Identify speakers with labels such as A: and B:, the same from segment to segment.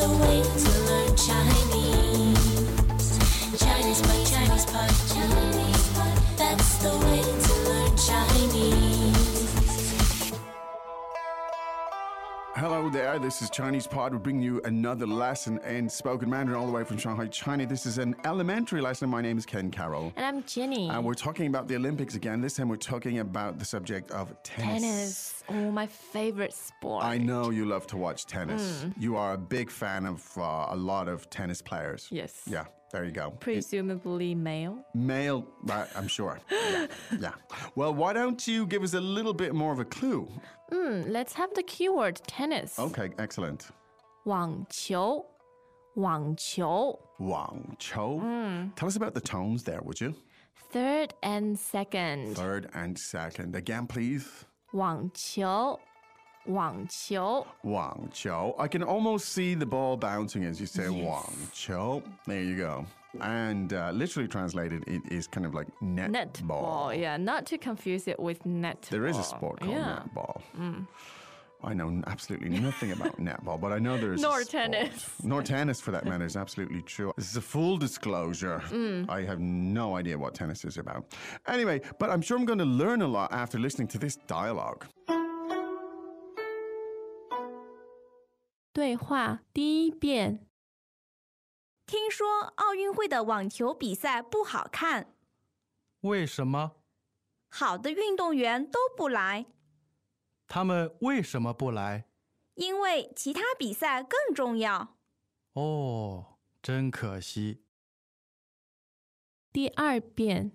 A: a way to learn Chinese. Chinese pot, Chinese pot, Chinese pot. That's the way to learn Chinese.
B: Hello there, this is Chinese Pod. We're bringing you another lesson in spoken Mandarin all the way from Shanghai, China. This is an elementary lesson. My name is Ken Carroll.
C: And I'm Jenny.
B: And we're talking about the Olympics again. This time we're talking about the subject of tennis.
C: tennis. Oh, my favorite sport.
B: I know you love to watch tennis.
C: Mm.
B: You are a big fan of uh, a lot of tennis players.
C: Yes.
B: Yeah, there you go.
C: Presumably male.
B: Male, right, I'm sure. Yeah, yeah. Well, why don't you give us a little bit more of a clue?
C: Mm, let's have the keyword tennis.
B: Okay, excellent.
C: 网球,网球.
B: Wang Cho.
C: Mm.
B: Tell us about the tones there, would you?
C: Third and second.
B: Third and second. Again, please.
C: 网球,网球.
B: Wang Cho. I can almost see the ball bouncing as you say Wang Cho. There you go. And uh, literally translated, it is kind of like net,
C: Netball.
B: ball.
C: Yeah, not to confuse it with netball.
B: There is a sport called
C: yeah. Mm.
B: netball. I know absolutely nothing about netball, but I know there is. a
C: Nor
B: sport.
C: tennis.
B: Nor tennis, for that matter, is absolutely true. This is a full disclosure.
C: Mm.
B: I have no idea what tennis is about. Anyway, but I'm sure I'm going to learn a lot after listening to this dialogue.
C: 对话第一遍。
D: 听说奥运会的网球比赛不好看，
E: 为什么？
D: 好的运动员都不来，
E: 他们为什么不来？
D: 因为其他比赛更重要。
E: 哦，真可惜。
C: 第二遍。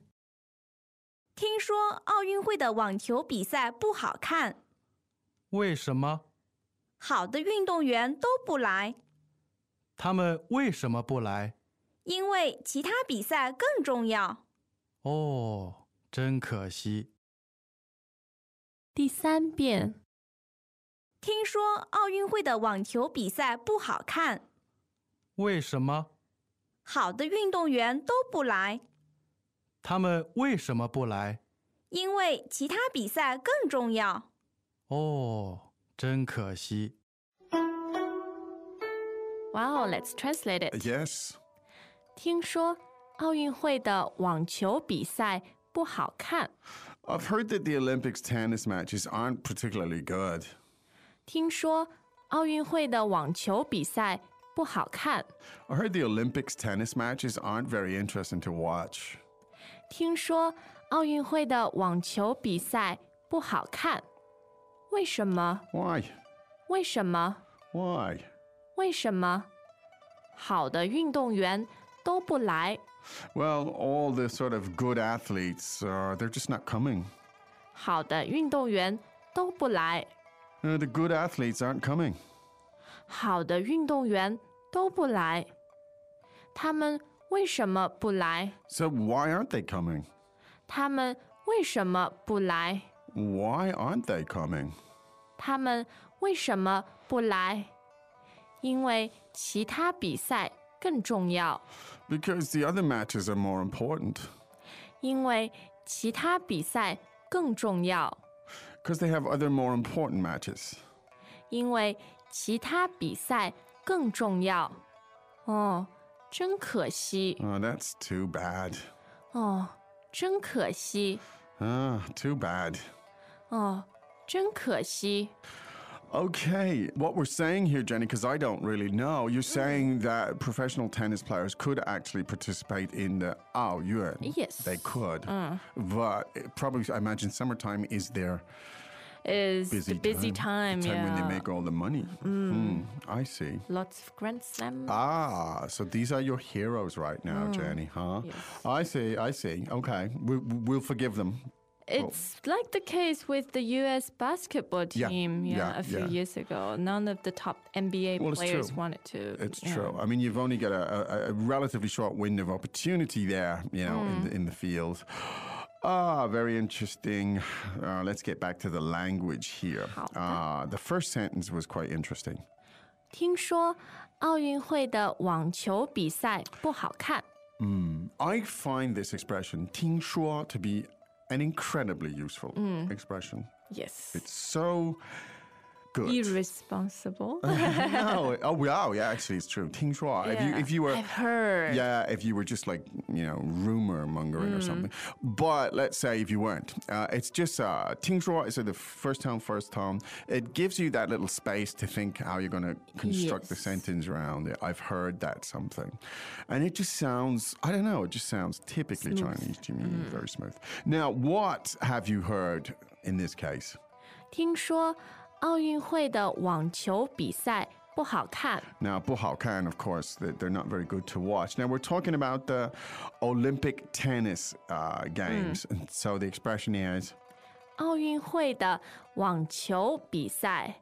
D: 听说奥运会的网球比赛不好看，
E: 为什么？
D: 好的运动员都不来，
E: 他们为什么不来？
D: 因为其他比赛更重要。
E: 哦，真可惜。
C: 第三遍。
D: 听说奥运会的网球比赛不好看，
E: 为什么？
D: 好的运动员都不来，
E: 他们为什么不来？
D: 因为其他比赛更重要。
E: 哦，真可惜。
C: Wow, let's translate it.
B: Yes.
C: 听说奥运会的网球比赛不好看。
B: I've heard that the Olympics tennis matches aren't particularly good.
C: 听说奥运会的网球比赛不好看。
B: I heard the Olympics tennis matches aren't very interesting to watch.
C: 听说奥运会的网球比赛不好看。为什么？
B: Why?
C: 为什么？
B: Why?
C: 为什么？好的运动员都不来，
B: Well, all the sort of good athletes, uh, they're just not coming.
C: 好的运动员都不来，
B: Uh, the good athletes aren't coming.
C: 好的运动员都不来。他们为什么不来？
B: So why aren't they coming?
C: 他们为什么不来？
B: Why aren't they coming?
C: 他们为什么不来？因为其他比赛更重要，
B: Because the other matches are more important.
C: 因为其他比赛更重要，
B: Because they have other more important matches.
C: 因为其他比赛更重要。哦，真可惜，
B: Oh, that's too bad.
C: 哦，真可惜，
B: Ah, too bad.
C: 哦，真可惜。
B: Okay, what we're saying here, Jenny, because I don't really know, you're
C: Mm.
B: saying that professional tennis players could actually participate in the Ao Yuan.
C: Yes. Uh.
B: They could. But it probably, I imagine summertime is their
C: Is
B: busy
C: the busy
B: time,
C: time,
B: the time when they
C: yeah. Mm.
B: make all the money. Hmm, I see.
C: Lots of grand slam.
B: Ah, so these are your heroes right now, Jenny, huh?
C: Mm. yes.
B: I see, I see. Okay, we, we'll forgive them.
C: It's like the case with the U.S. basketball
B: Yeah,
C: team, yeah,
B: yeah,
C: a few
B: yeah.
C: years ago. None of the top NBA
B: Well, it's
C: players
B: true.
C: wanted to.
B: It's
C: yeah.
B: true. I mean, you've only got a, a, a relatively short window of opportunity there, you know, in, the, in the field. Ah, very interesting. Uh, let's get back to the language here. Ah, the first sentence was quite interesting.
C: 听说奥运会的网球比赛不好看，
B: I find this expression, 听说, to be an incredibly useful expression.
C: yes,
B: It's so good.
C: Irresponsible.
B: Uh-huh. no, oh, we are. Yeah, actually, it's true. Ting Shua. If you
D: Yeah.
B: if you were
C: I've heard. Mm.
B: yeah, if you were just like you know rumor mongering or something. But let's say if you weren't, uh, it's just uh, Ting Shua is the first town, first town. It gives you that little space to think how you're going to construct the
C: Yes.
B: sentence around it. I've heard that something, and it just sounds. I don't know. It just sounds typically Chinese to me,
C: Mm.
B: very smooth. Now, what have you heard in this case?
C: 听说奥运会的网球比赛不好看。
B: Now, 不好看, of course, they- they're not very good to watch. Now, we're talking about the Olympic tennis uh, games. And so the expression is
C: 奥运会的网球比赛，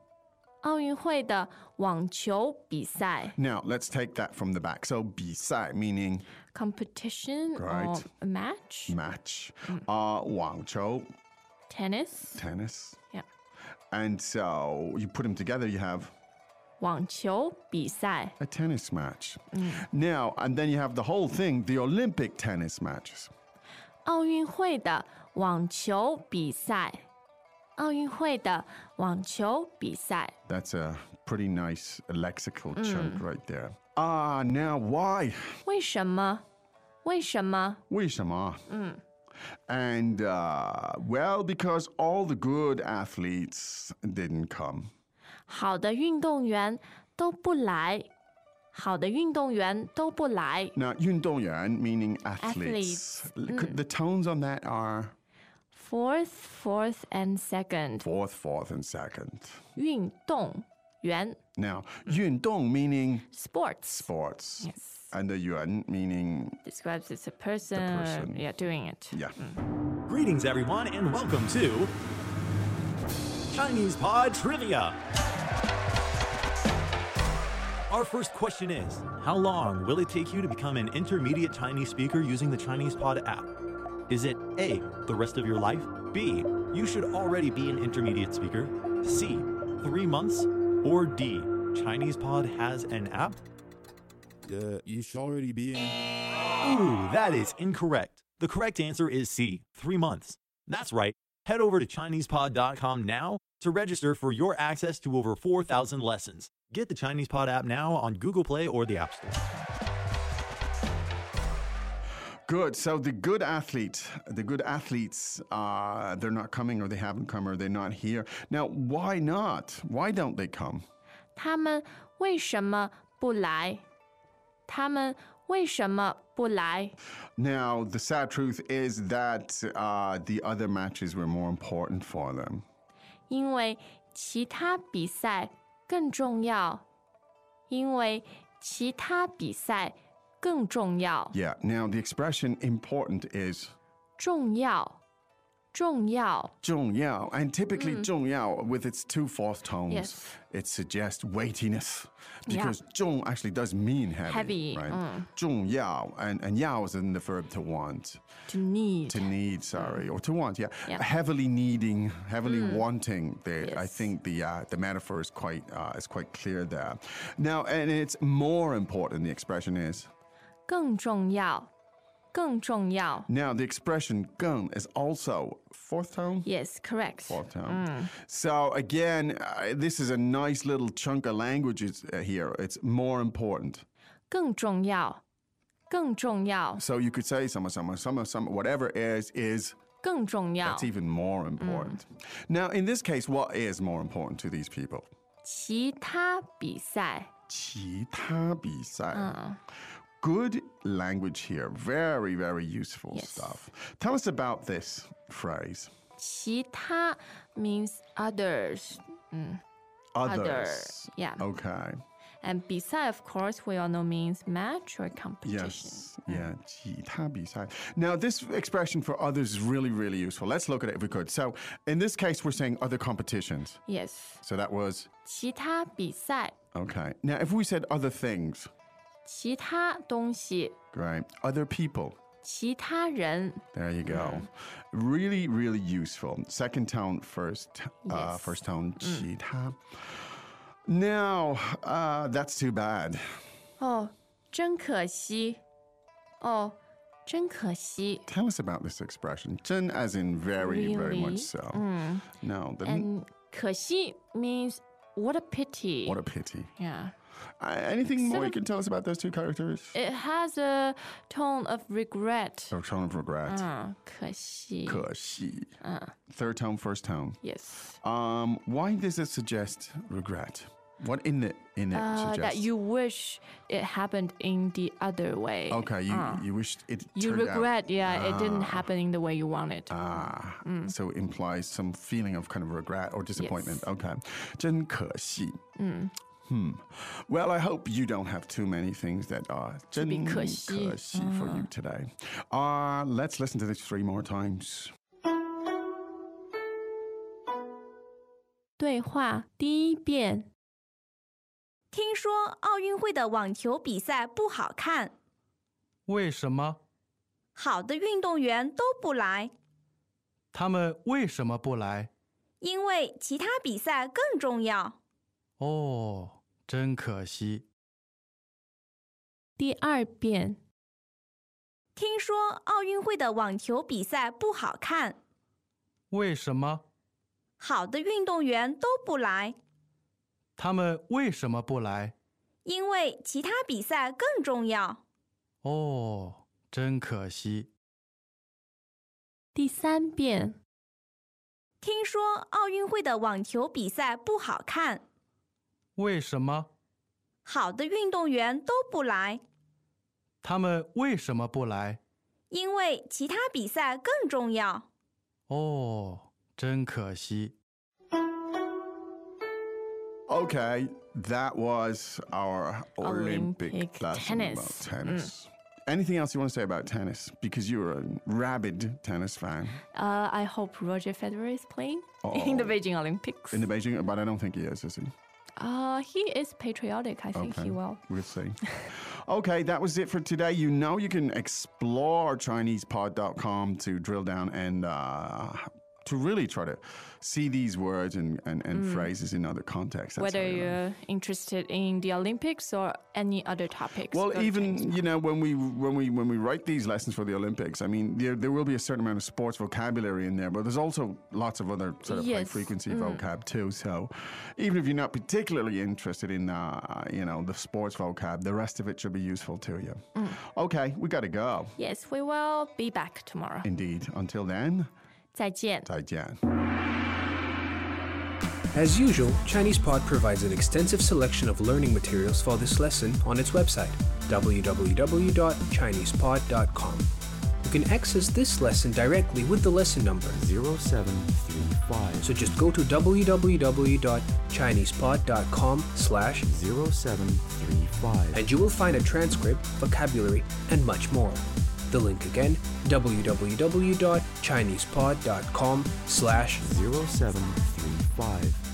C: 奥运会的网球比赛
B: now, let's take that from the back. So, 比赛, meaning
C: competition
B: Right.
C: or a
B: Mm.
C: match
B: match, uh, 网球,
C: tennis
B: tennis.
C: Yeah.
B: And so you put them together, you have
C: 网球比赛
B: a tennis match. Now, and then you have the whole thing, the Olympic tennis matches.
C: 奥运会的网球比赛奥运会的网球比赛
B: That's a pretty nice lexical chunk right there. Ah, now why?
C: 为什么为什么
B: Wishama. And uh, well, because all the good athletes didn't come.
C: 好的运动员都不来好的运动员都不来
B: Now, yun meaning athletes.
C: Athletes.
B: L- could- The tones on that are
C: fourth fourth and second
B: fourth, fourth, and second.
C: 运动员
B: Now, yun dong meaning
C: sports
B: sports.
C: Yes.
B: And the yuan meaning,
C: describes it's a person,
B: person.
C: yeah doing it
B: yeah.
F: Greetings, everyone, and welcome to Chinese Pod Trivia. Our first question is How long will it take you to become an intermediate Chinese speaker using the Chinese Pod app? Is it A, the rest of your life? B, you should already be an intermediate speaker? C, three months? Or D, Chinese Pod has an app?
G: Uh, you should already be in.
F: Ooh, that is incorrect. The correct answer is C, three months. That's right. Head over to ChinesePod.com now to register for your access to over 4,000 lessons. Get the Chinese Pod app now on Google Play or the App Store.
B: Good. So the good athlete, the good athletes, uh, they're not coming or they haven't come or they're not here. Now, why not? Why don't they come?
C: 他们为什么不来？他们为什么不来？
B: Now, the sad truth is that uh, the other matches were more important for them.
C: 因为其他比赛更重要。因为其他比赛更重要。
B: Yeah, now the expression important is
C: 重要，重要。
B: zhongyao, and typically zhongyao, with its two fourth tones,
C: Mm. Yes.
B: it suggests weightiness
C: Yeah.
B: because zhong actually does mean heavy.
C: Heavy,
B: right?
C: mm.
B: Zhongyao, and, and yao is in the verb to want.
C: To need
B: to need, sorry, or to want. Yeah,
C: Mm. Yeah. Mm.
B: heavily needing, heavily wanting. The, I
C: Yes.
B: think the uh, the metaphor is quite uh, is quite clear there. Now, and it's more important. The expression is
C: 更重要，更重要。
B: now the expression "gun" is also fourth tone.
C: Yes, correct.
B: Fourth tone.
C: mm.
B: So again, uh, this is a nice little chunk of languages uh, here. It's more important.
C: 更重要，更重要，
B: So you could say some, some, some, some, whatever is is.
C: 更重要
B: That's。even more important.
C: Mm.
B: Now, in this case, what is more important to these people?
C: 其他比赛。
B: 其他比赛. Good language here. Very, very useful
C: Yes.
B: stuff. Tell us about this phrase.
C: 其他 means others,
B: Others. Oh.
C: yeah.
B: Okay.
C: and 比赛 of course we all know means match or competition. Mm.
B: Yes. Yeah. 其他比赛. Now, this expression for others is really, really useful. Let's look at it if we could. So, in this case, we're saying other competitions.
C: Yes.
B: So that was
C: 其他比赛，
B: okay. Now, if we said other things,
C: 其他东西，
B: great. Other people.
C: 其他人，
B: There you go. Really, really useful. Second tone, first, uh,
C: Yes. Mm.
B: first tone, qita. Now, uh, that's too bad.
C: 哦，真可惜，哦，真可惜。
B: Tell us about this expression. Chen as in very, very
C: Really? Mm.
B: much so. No, the,
C: And 可惜 means What a pity.
B: What a pity.
C: yeah.
B: Uh, anything more you can tell us about those two characters?
C: It has a tone of regret.
B: Oh, tone of regret.
C: 嗯，可惜。
B: 可惜.
C: Uh.
B: Third tone, first tone.
C: yes.
B: Um, why does it suggest regret? What in it in it
C: Uh,
B: suggests?
C: that you wish it happened in the other way. Ah.
B: okay, you you wished it.
C: Uh. You
B: turned out-
C: regret, yeah, it didn't happen in the way you wanted.
B: Ah, so it implies some feeling of kind of regret or disappointment. Okay. 真可惜.
C: Mm.
B: Hmm. Well, I hope you don't have too many things that are
C: 真可惜。
B: 真可惜 for you today. Uh, let's listen to this three more times.
C: 对话第一遍，
D: 听说奥运会的网球比赛不好看，
E: 为什么？
D: 好的运动员都不来，
E: 他们为什么不来？
D: 因为其他比赛更重要。
E: 哦，真可惜。
C: 第二遍，
D: 听说奥运会的网球比赛不好看，
E: 为什么？
D: 好的运动员都不来，
E: 他们为什么不来？
D: 因为其他比赛更重要。
E: 哦，真可惜。
C: 第三遍，
D: 听说奥运会的网球比赛不好看，
E: 为什么？
D: 好的运动员都不来，
E: 他们为什么不来？
D: 因为其他比赛更重要。
E: 哦，真可惜。
B: Okay, that was our Olympic,
C: Olympic
B: lesson about
C: tennis.
B: tennis. Anything else you want to say about tennis? Because you're a rabid tennis fan
C: uh, I hope Roger Federer is playing in the
B: Oh.
C: Beijing Olympics.
B: in the Beijing, but I don't think he is, is he?
C: uh, he is patriotic. I think he will.
B: We'll see. okay, that was it for today. You know you can explore ChinesePod.com to drill down and uh, to really try to see these words and, and, and phrases in other contexts. That's how
C: Whether
B: you learn.
C: you're interested in the Olympics or any other topics. go
B: Well,
C: to Chinese
B: even you know when we when we when we write these lessons for the Olympics, I mean there there will be a certain amount of sports vocabulary in there, but there's also lots of other sort of high
C: Yes.
B: frequency vocab too. So even if you're not particularly interested in uh, you know the sports vocab, the rest of it should be useful to you. Okay, we got to go.
C: Yes, we will be back tomorrow.
B: Indeed. Until then,
C: 再见。
B: Taijian.
H: As usual, ChinesePod provides an extensive selection of learning materials for this lesson on its website, www.chinesepod.com. You can access this lesson directly with the lesson number,
I: 0735
H: so just go to www.chinesepod.com/slash
I: 0735
H: and you will find a transcript, vocabulary, and much more. The link again, www.chinesepod.com/slash
I: 0735